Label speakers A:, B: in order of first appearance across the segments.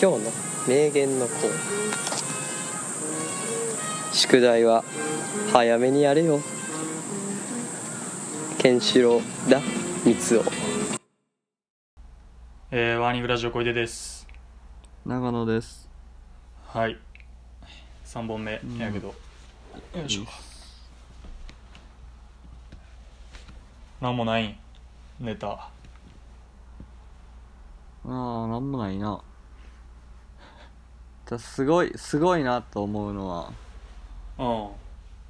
A: 今日の名言のコーナー宿題は早めにやれよケンシロウだ三つを
B: えー、ワーニングラジオ小出です
C: 長野です
B: はい3本目
C: ん
B: やけど、よいしょなんもないんネタ
C: ああなんもない なじゃあすごいすごいなと思うのは
B: うんお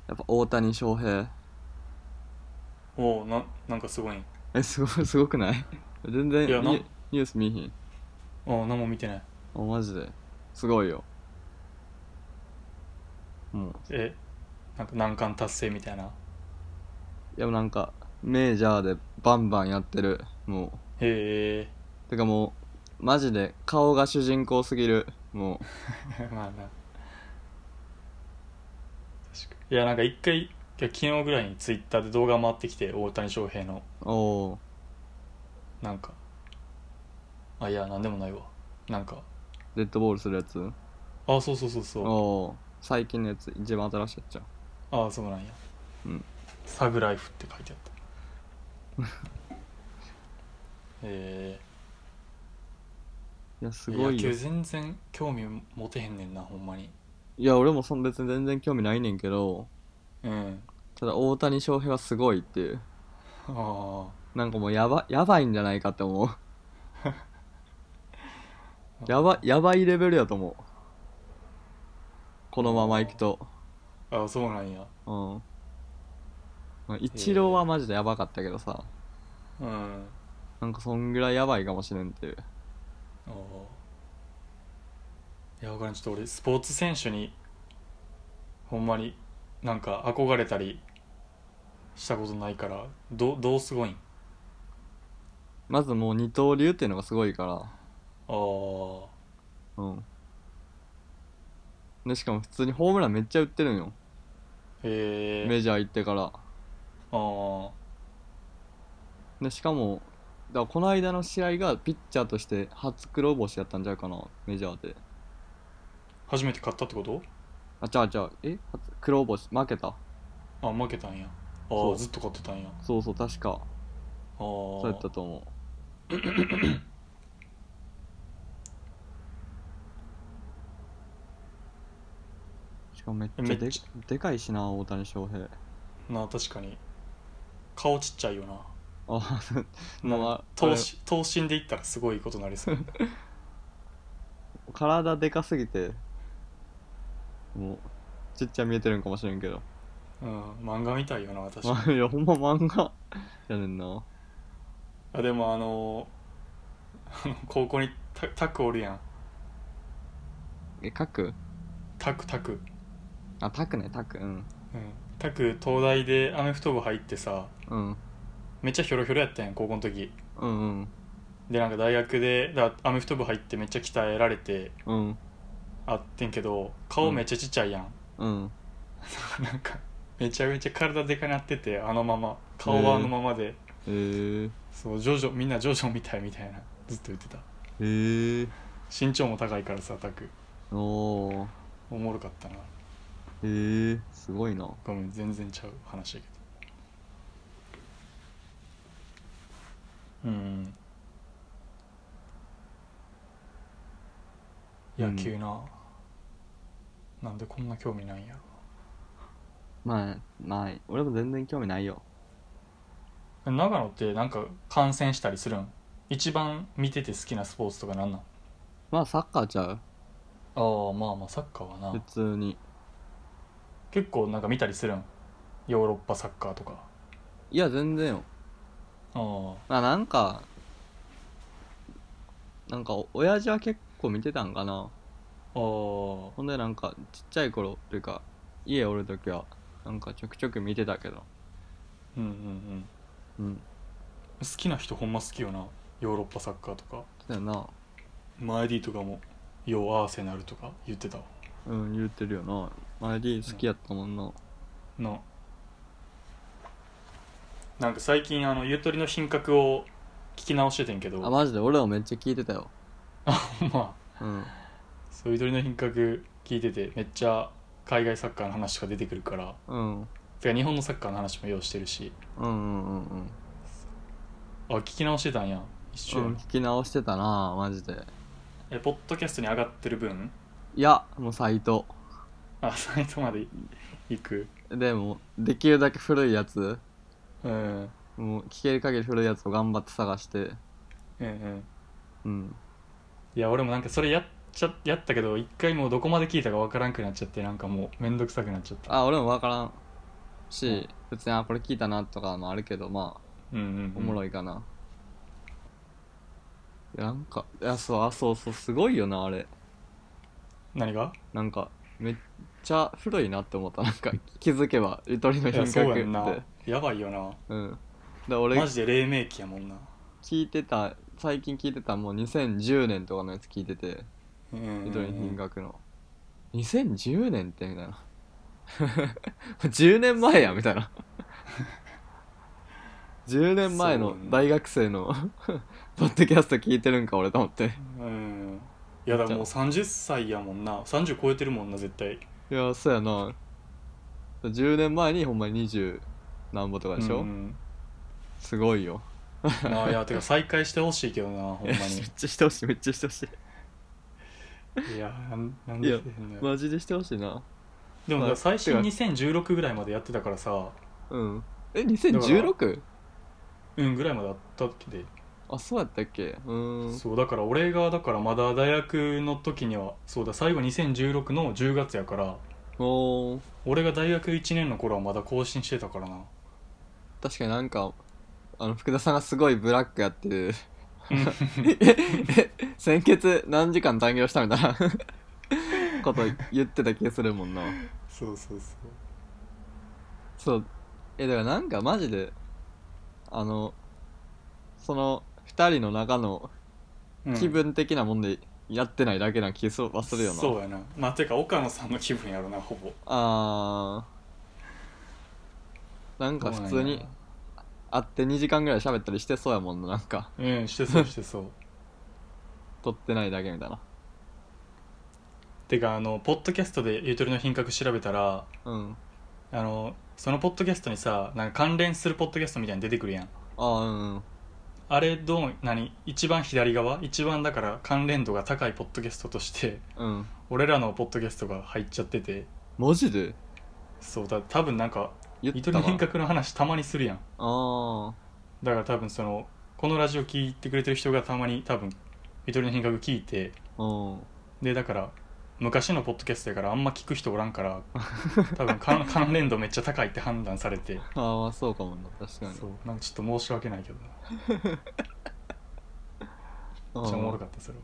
C: やっぱ大谷翔平
B: おななんかすごいん
C: えすごすごくない 全然
B: いやな
C: ニュニュース見ひん
B: うん何も見てない
C: あマジですごいよもう
B: えなんか難関達成みたいない
C: やなんかメジャーでバンバンやってるも
B: へえ
C: うてかもうマジで顔が主人公すぎるもう
B: まあな確かいやなんか一回いや昨日ぐらいにツイッターで動画回ってきて大谷翔平の
C: おお
B: なんかあいやなんでもないわなんか
C: デッドボールするやつ
B: あそうそうそう
C: お
B: そう
C: おー最近のやつ一番新しいやつじゃん
B: ああそうなんや
C: うん
B: サグライフって書いてあった え
C: いやす
B: ー、
C: ご
B: 野
C: いよ
B: 球全然興味持てへんねんなほんまに
C: いや俺もそん別に全然興味ないねんけど
B: うん
C: ただ大谷翔平はすごいっていう
B: あ
C: なんかもうやばやばいんじゃないかって 思うやばやばいレベルやと思うこのままいくと
B: ーあーそうなんや
C: うんまあ一郎はマジでやばかったけどさ
B: うんあ
C: なんかそんぐらいやばいかもしれんっていう
B: あいやわからんちょっと俺スポーツ選手にほんまになんか憧れたりしたことないからどどうすごいん
C: まずもう二刀流っていうのがすごいか
B: ああ
C: らうんでしかも普通にホームランめっちゃ打ってるんよ
B: へえ
C: メジャー行ってから
B: ああ
C: でしかもだからこの間の試合がピッチャーとして初黒星やったんちゃうかなメジャーで
B: 初めて勝ったってこと
C: あちゃうちゃうえ初黒星負けた
B: あ負けたんやあ
C: そ
B: あ
C: う
B: ずっと勝ってたんやああ
C: そうそう確か
B: そ
C: そうやったと思 うしかもめっちゃ
B: め
C: で
B: っち
C: でかいしな大谷翔平
B: なあ確かに顔ちっちゃいよな
C: あ
B: なん
C: ま
B: か
C: あ
B: 等身等身でいったらすごいことにな りそう
C: 俺体でかすぎてもうちっちゃ見えてるんかもしれんけど
B: うん漫画みたいよな確かに
C: まあ、いやほんま漫画やねんな
B: あでもあのー高校にタタクおるやん
C: え書く
B: タクタク
C: あタクねタクうん
B: うんタク東大でアメフト部入ってさ
C: うん
B: めっちゃヒョロヒョロやったやん高校の時
C: うんうん
B: でなんか大学でだアメフト部入ってめっちゃ鍛えられて
C: うん
B: あってんけど顔めっちゃちっちゃいやん、
C: うん
B: なんかめちゃめちゃ体でかなっててあのまま顔はあのままで、
C: へえー、
B: そうジョジョみんなジョジョみたいみたいなずっと言ってた
C: えー、
B: 身長も高いからさタク
C: おー
B: おもろかったな
C: えー、すごいな
B: ごめん全然ちゃう話やけどうん
C: う
B: 野
C: ん
B: 球な、なんでこんな興味ないんやろ
C: まあまあ俺も全然興味ないよ
B: 長野ってなんか観戦したりするん一番見てて好きなスポーツとかなんなん
C: まあサッカーちゃ
B: ああまあまあサッカーは
C: う普
B: な
C: 通に
B: 結構なんか見たりするんヨーロッパサッカーとか
C: いや全然よ
B: あ
C: まあなんかなんかお親父は結構見てたんかな
B: ああ
C: ほんでなんかちっちゃい頃っていうか家おる時はなんかちょくちょく見てたけど
B: うんうんうん
C: うん
B: 好きな人ほんま好きよなヨーロッパサッカーとか
C: そうやな
B: マエディとかも「ヨーアーセナル」とか言ってたわ
C: うん言ってるよな前リ好きやったもんな、
B: ななんか最近あのゆとりの品格を聞き直しててんけど
C: あマジで俺もめっちゃ聞いてたよ
B: あほんま
C: うん
B: そうゆとりの品格聞いててめっちゃ海外サッカーの話とか出てくるから
C: うんうん
B: てか日本のサッカーの話もようしてるし
C: うんうんうん
B: あ聞き直してたんや一瞬、
C: うん聞き直してたなマジで
B: えポッドキャストに上がってる分
C: いやもうサイト
B: あ サイトまでい行く
C: でもできるだけ古いやつ
B: うんうん
C: もう聞ける限り古いやつを頑張って探して
B: うん
C: うん
B: いや俺もなんかそれやっちゃやったけど一回もうどこまで聞いたかわからんくなっちゃってなんかもうめんどくさくなっちゃった
C: あ俺も分からんし別にあこれ聞いたなとかもあるけどまあ
B: うんうん、
C: おもろ
B: い
C: いかな、いやなんかいやそうあそうそうすごいよなあれ
B: 何が
C: なんかめっちゃ古いなって思ったなんか気づけばゆとりの
B: い
C: 品
B: や
C: 格っ
B: そう
C: て
B: やんなやばいよな
C: うんで俺
B: マジで黎明期やもんな
C: 聞いてた最近聞いてたもう2010年とかのやつ聞いてて
B: うんうんうん
C: ゆとりの品格の2010年ってみたいな 10年前やみたいな10年前の大学生の ポッドキャスト聞いてるんか俺と思って
B: うんいやだからもう30歳やもんな30超えてるもんな絶対
C: いやそうやな10年前にほんまに20何ぼとかでしょ、
B: うん
C: すごいよ
B: うんまあいやてか再開してほしいけどなほん
C: い
B: ま
C: や
B: に
C: めっちゃしてほしいめっちゃしてほしい
B: いやなんなんで
C: いや
B: してんのよ
C: マジでしてほしいな
B: でもだから最新
C: まあ
B: 2016ぐらいまでやってたからさ
C: うんえ 2016?
B: うんぐらいまであったっけで、
C: あそうやったっけうーん
B: そうだから俺がだからまだ大学の時にはそうだ最後2016の10月やから
C: おー
B: 俺が大学1年の頃はまだ更新してた からな
C: 確かになんかあの福田さんがすごいブラックやって る
B: うん
C: ええ先月何時間残業したみたいな こと言ってた気がするもんな
B: そうそうそう
C: そうえだからなんかマジであのその2人の中の
B: うん
C: 気分的なもんでやってないだけな気はするよな、
B: そうやなまあてか岡野さんの気分やろなほぼ
C: あーなんか普通に会って2時間ぐらい喋ったりしてそうやもんななんか
B: そうなんやうんしてそうしてそう
C: 撮ってないだけみたいな
B: てかあのポッドキャストでゆとりの品格調べたら
C: うん
B: あのそのポッドキャストにさなんか関連するポッドキャストみたいに出てくるやん
C: ああうんうん
B: あれどう何一番左側一番だから関連度が高いポッドキャストとして
C: うん
B: 俺らのポッドキャストが入っちゃってて
C: マジで
B: そうだ多分なんか
C: 言
B: ゆ
C: っ
B: と
C: たわ
B: りの変革の話たまにするやん
C: あ
B: だから多分そのこのラジオ聞いてくれてる人がたまに多分ゆとりの変革聞いて
C: あうん
B: でだから昔のポッドキャストやからあんま聞く人おらんから 多分関関連度めっちゃ高いって判断されて
C: あーまあそうかもな確かに
B: そうなんかちょっと申し訳ないけどな
C: う
B: めっちゃおもろ
C: ん
B: かったそれ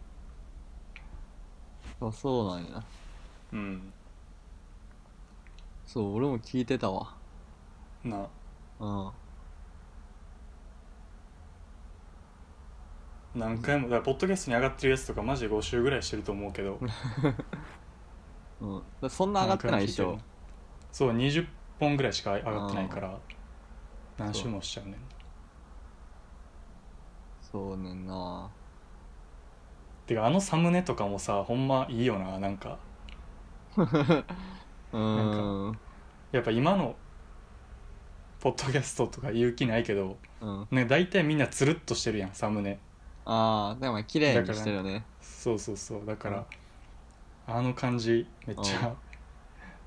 B: は
C: あそうなんや
B: うん
C: そう俺も聞いてたわ
B: な
C: うん
B: 何回もだからポッドキャストに上がってるやつとかマジで5週ぐらいしてると思うけど
C: うん、だそんな上がってないでしょ
B: 何回も聞いてるそう20本ぐらいしか上がってないから何週もしちゃうねん
C: そうねんな
B: てかあのサムネとかもさほんまいいよななんか
C: うーん
B: やっぱ今のポッドキャストとか言う気ないけど、
C: うん
B: ね、大体みんなつるっとしてるやんサムネ
C: ああでも綺麗にしてるよね
B: そうそうそうだから、あの感じめっちゃ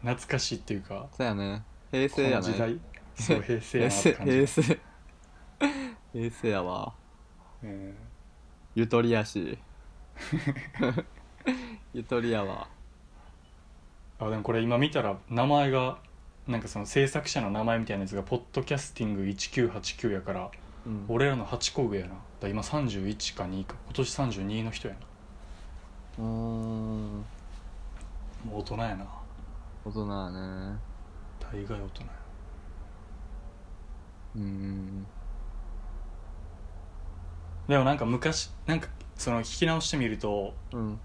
B: 懐かしいっていうか
C: そうやね平
B: こ
C: 成や
B: の
C: ね
B: 時代そう平成
C: 平
B: やなって
C: 成
B: 感じ
C: 平成 平成やわ
B: うん
C: ゆとりやし ゆとりやわ
B: あでもこれ今見たら名前がなんかその制作者の名前みたいなやつが「ポッドキャスティング1989」やから
C: うん
B: 俺らの8個上やなだから今31か2か今年32の人やな
C: うーん
B: もう大人やな
C: 大人やね
B: 大概大人や
C: うーん
B: でもなんか昔なんかその聞き直してみると
C: うん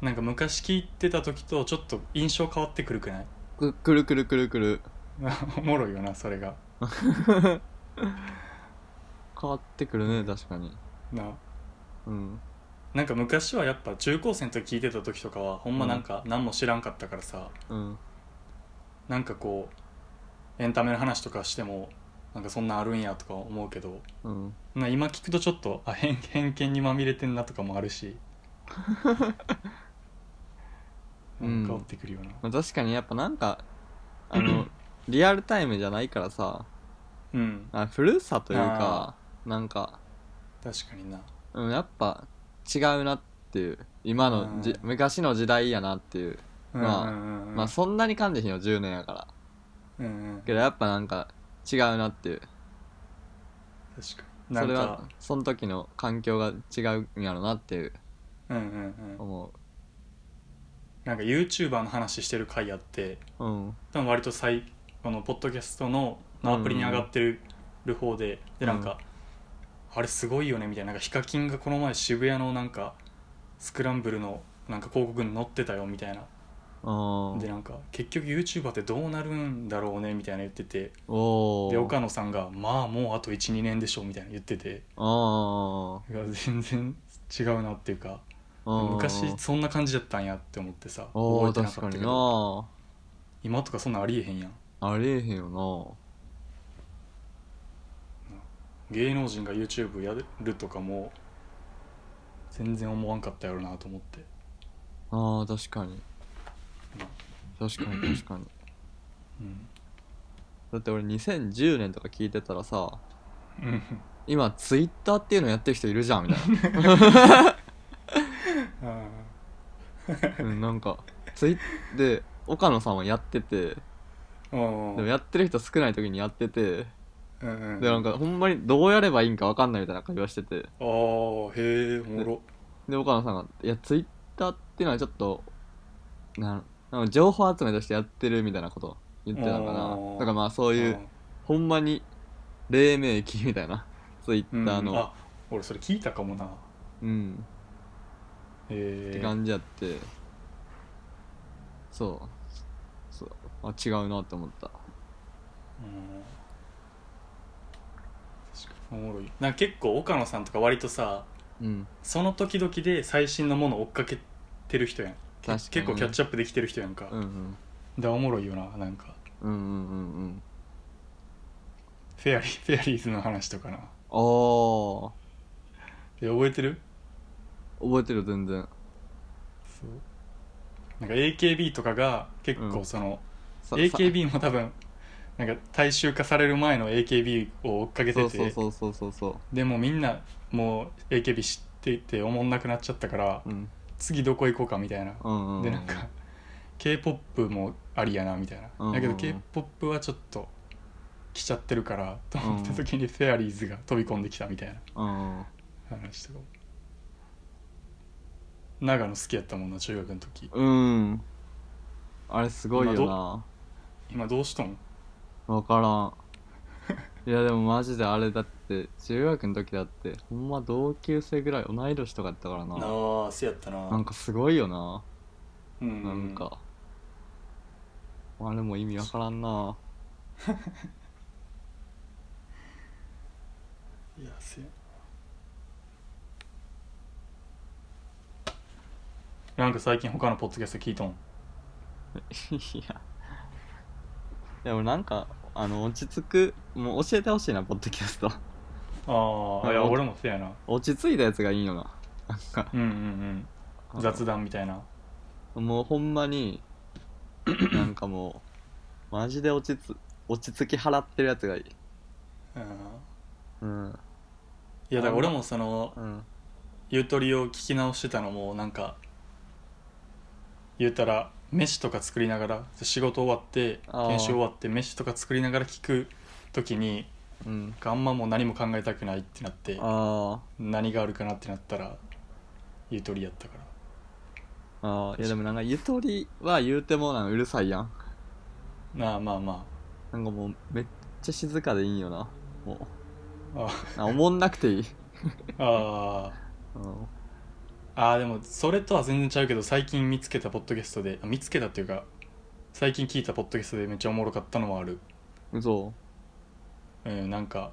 B: なんか昔聞いてた時とちょっと印象変わってくるくない
C: くくるくるくるくる
B: おもろいよなそれが
C: 変わってくるね確かに
B: な
C: うん
B: なんか昔はやっぱ中高生の時聞いてた時とかはほんまなんか何も知らんかったからさ、
C: うん
B: なんかこうエンタメの話とかしてもなんかそんなんあるんやとか思うけど
C: うん
B: な今聞くとちょっとあ偏偏見にまみれてんなとかもある し
C: う
B: なんんか変わってくるよな、
C: まあ、確かにやっぱなんかあ のリアルタイムじゃないからさ
B: うん
C: あ古さというかなんか、
B: 確かにな
C: うん、やっぱ違うなっていう今のじ、
B: う
C: 昔の時代やなっていう、まあ
B: うんうんうん
C: まあそんなにかんでへんよ10年やから
B: うんうん、
C: けどやっぱなんか違うなっていう
B: 確かにな
C: そ
B: ん
C: れは
B: か
C: その時の環境が違うんやろなっていう
B: うんうんうん
C: 思
B: なんか YouTuber の話してる回あって
C: ううん
B: 多分割と最このポッドキャストののアプリに上がってるる方で、でなんか、あれすごいよねみたいななんかヒカキンがこの前渋谷のなんかスクランブルのなんか広告に載ってたよみたいな
C: あ
B: でなんか結局 YouTuber ってどうなるんだろうねみたいな言ってて
C: お
B: で
C: お
B: 岡野さんが「まあもうあと12年でしょ」みたいな言ってて
C: あ
B: いや全然違うなっていうか
C: あ
B: 昔そんな感じだったんやって思ってさ
C: お
B: 覚え
C: お
B: てな
C: 確
B: か
C: か
B: ったけ
C: に
B: ど
C: な
B: 今とかそんなんありえへんやん
C: ありえへんよ
B: 芸能人が YouTube やるとかも全然思わんかったやろなと思って
C: なあー確かに確かに確かに
B: うん
C: だって俺2010年とか聞いてたらさ
B: うん
C: 今ツイッターっていうのやってる人いるじゃんみたい
B: あ
C: な、うん、なんかツイッで岡野さんはやってて
B: ーうん
C: でも
B: うん
C: やってる人少ない時にやってて
B: うん
C: でなんかほんまにどうやればいいんか分かんないみたいな会話してて
B: あーへえおもろ
C: で岡野さんが「いやツイッターっていうのはちょっとなんなんか情報集めとしてやってる」みたいなこと言ってたのかな
B: おー
C: だからまあそういうほんまに黎明期みたいなツイッター
B: うん
C: の
B: あ俺それ聞いたかもな
C: うん、って
B: へえ
C: 感じやってそうそうあ違うなって思った
B: うん確かにおもろいなんか結構岡野さんとか割とさ
C: うん
B: その時々で最新のものを追っかけてる人やん
C: 確かにね
B: 結構キャッチアップできてる人やんか、
C: うんうん
B: だからおもろいよななんか
C: うんうんうんうん
B: フェアリーフェアリーズの話とかな
C: あー
B: で覚えてる
C: 覚えてる全然
B: そうなんか AKB とかが結
C: う
B: 構
C: ん
B: その、
C: さ
B: AKB も多分なんか大衆化される前の AKB を追っかけ
C: さそ
B: て
C: う
B: て
C: そうそうそうそうそ
B: でもみんなもう AKB 知ってておもんなくなっちゃったから、
C: ううん
B: 次どこ行こうかみたいな、
C: うんうんう
B: でなんか k p o p もありやなみたいな、
C: うんうん
B: だけど k p o p はちょっと来ちゃってるからと思った時にフェアリーズが飛び込んできたみたいな
C: うんうん
B: 話とかも長野好きやったもんな中学の時
C: うんあれすごいよな
B: 今どうしとん
C: 分からんいやでもマジであれだって中学の時だってほんま同級生ぐらい同い年とかやったからな
B: あせやったな
C: なんかすごいよな、
B: うん
C: なんかあれも意味分からんない
B: やせやなんか最近他のポッドキャスト聞いとん
C: いやでもなんかあの落ち着くもう教えてほしいなポッドキャスト
B: ああいや俺もせや な
C: 落ち着いたやつがいいよな
B: うんうんうん雑談みたいな
C: もうほんま になんかもうマジで落ちつ落ち着き払ってるやつがいい
B: うん
C: うん
B: いやだから俺もその
C: うん
B: ゆとりを聞き直してたのもなんか言うたら飯とか作りながら仕事終わって
C: あー
B: 研修終わって飯とか作りながら聞く時に
C: うん
B: あんまもう何も考えたくないってなって
C: あ
B: 何があるかなってなったらゆとりやったから
C: ーあーいやでもなんかゆとりは言うてもなんかうるさいやん
B: まあまあま
C: なんかもうめっちゃ静かでいいよなもう
B: あ
C: なんかおもんなくていい、
B: ああ
C: うん、
B: ーあーでもそれとは全然ちゃうけど最近見つけたポッドキャストであ見つけたっていうか最近聞いたポッドキャストでめっちゃおもろかったのはある
C: 嘘
B: うんなんか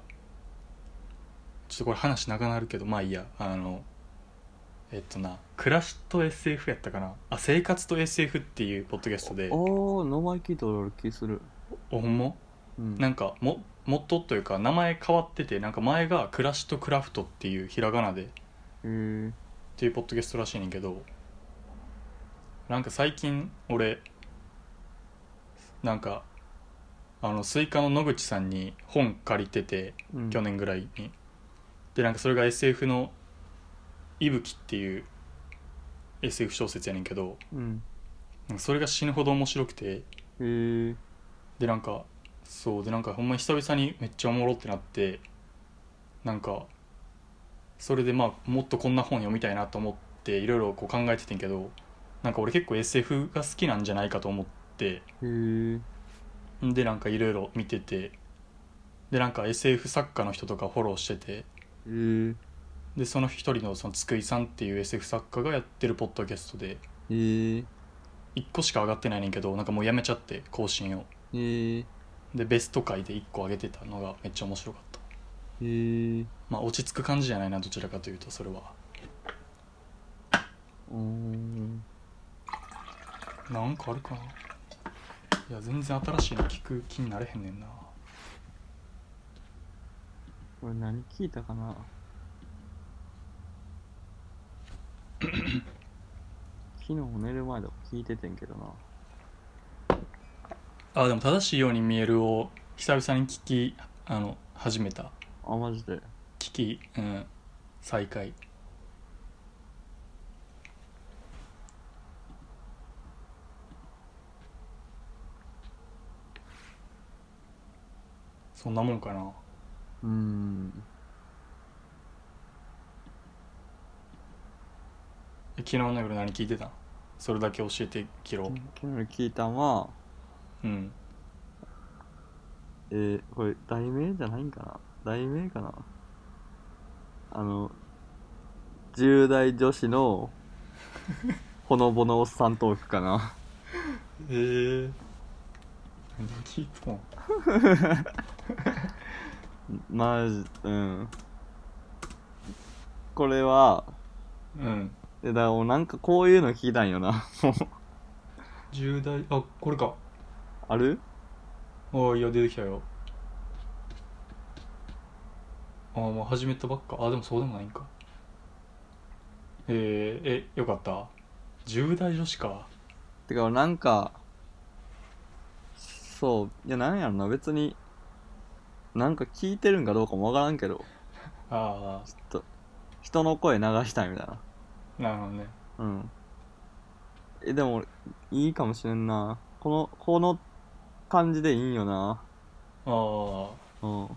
B: ちょっとこれ話長なるけどまあいいやあのえっとな「暮らしと SF」やったかなあ生活と SF」っていうポッドキャストで
C: おー名前聞いたら俺気する
B: おほんま
C: うん
B: なんかもモットというか名前変わっててなんか前が「暮らしとクラフト」っていうひらがなでっ
C: へー
B: ていうポッドキャストらしいねんけどなんか最近俺なんかあのスイカの野口さんに本借りてて
C: うん
B: 去年ぐらいに、でなんかそれが SF の「いぶき」っていう SF 小説やねんけど
C: うん
B: なんかそれが死ぬほど面白くて
C: へー
B: でなんかそうでなんかほんまに久々にめっちゃおもろってなってなんかそれでまあもっとこんな本読みたいなと思っていろいろこう考えててんけどなんか俺結構 SF が好きなんじゃないかと思って
C: へー
B: でなんかいろいろ見ててでなんか SF 作家の人とかフォローしてて
C: へー
B: でその一人のその津久井さんっていう SF 作家がやってるポッドキャストで
C: へー
B: 1個しか上がってないねんけどなんかもうやめちゃって更新を
C: へー
B: でベスト回で1個上げてたのがめっちゃ面白かった
C: へー
B: まあ落ち着く感じじゃないなどちらかというとそれは
C: うーん
B: なんかあるかないや全然新しいの聞く気になれへんねんな
C: 俺何聞いたか な昨日寝る前とか聞いててんけどな
B: あでも正しいように見えるを久々に聞きあの始めた
C: あマジで
B: 聞きうん再開そんなもんかな
C: うーん
B: え昨日の夜何聞いてたんそれだけ教えてきろ
C: 昨日聞いたんは
B: うん
C: えー、これ題名じゃないんかな題名かなあの10代女子 のほのぼのおっさんトークかな
B: えー、何聞いたん
C: マジうんこれは
B: うん
C: えだからもうなんかこういうの聞きたいんよなもう
B: 重大あこれか
C: ある
B: ああいや出てきたよああもう始めたばっかあでもそうでもないんかえー、えよかった10代女子か
C: てかなんかそういやなんやろな別になんか聞いてるんかどうかもわからんけど
B: あ
C: ちょっと人の声流したいみたいな
B: あなるほどね
C: うん。え、でも、いいかもしれんな。この、この感じでいいんよな。
B: ああ
C: うん。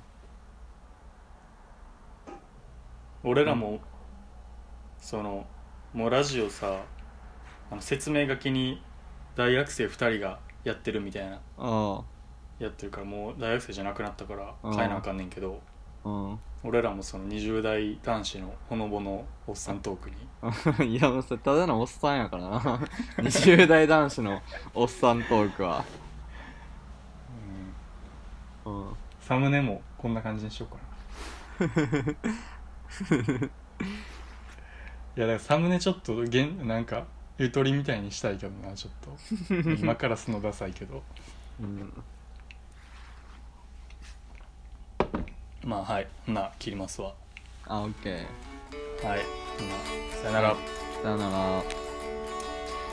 B: 俺らも、そのもうラジオさあの説明書きに大学生2人がやってるみたいな
C: あ
B: やってるからもう大学生じゃなくなったから
C: うん
B: 変えなあかんねんけど、
C: あ。うん。
B: 俺らもその20代男子のほのぼのおっさんトーク
C: い
B: に
C: や、もうそれただのおっさんやからな。20代男子のおっさんトークは。
B: うん
C: うん。
B: サムネもこんな感じにしようかな いやだからサムネちょっとげんなんかゆとりみたいにしたいけどなちょっと今からすのダサいけど
C: うん。
B: まあはいほな切りますわ
C: あ、オッケー。
B: はいほなさよなら
C: さよなら。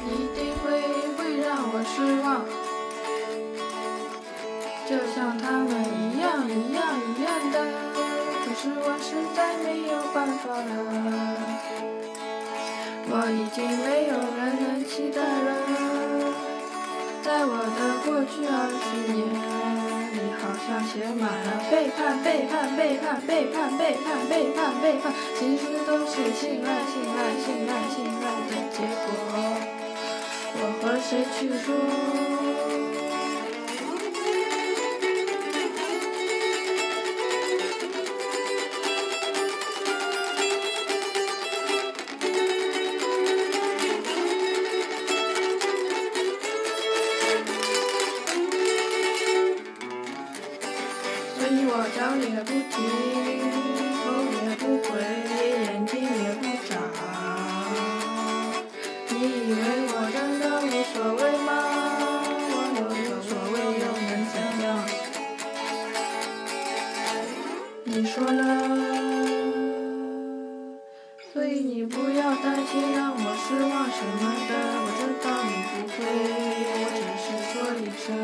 D: 你的回忆会让我失望，就像他们一样一样一样的，可是我实在没有办法了，我已经没有人能期待了，在我的过去二十年。你好像写满了背叛，背叛，背叛，背叛，背叛，背叛，背叛，其实都是信赖，信赖，信赖，信赖的结果。我和谁去说？所以我找也不停，头也不回，眼睛也不眨。你不要担心让我失望什么的，我知道你不会，我只是说一声，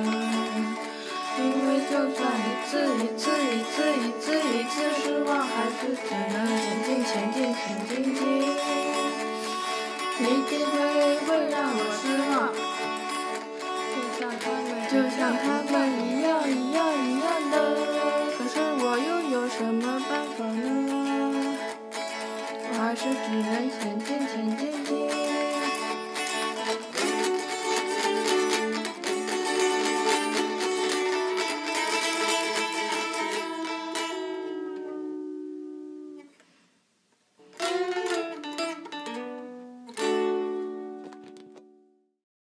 D: 因为就算一次一次一次一次一次失望，还是只能前进前进前进进，你一定会会让我失望。就像他们，就像他们一样一样一样的，可是我又有什么办法呢？我还是只能前进前进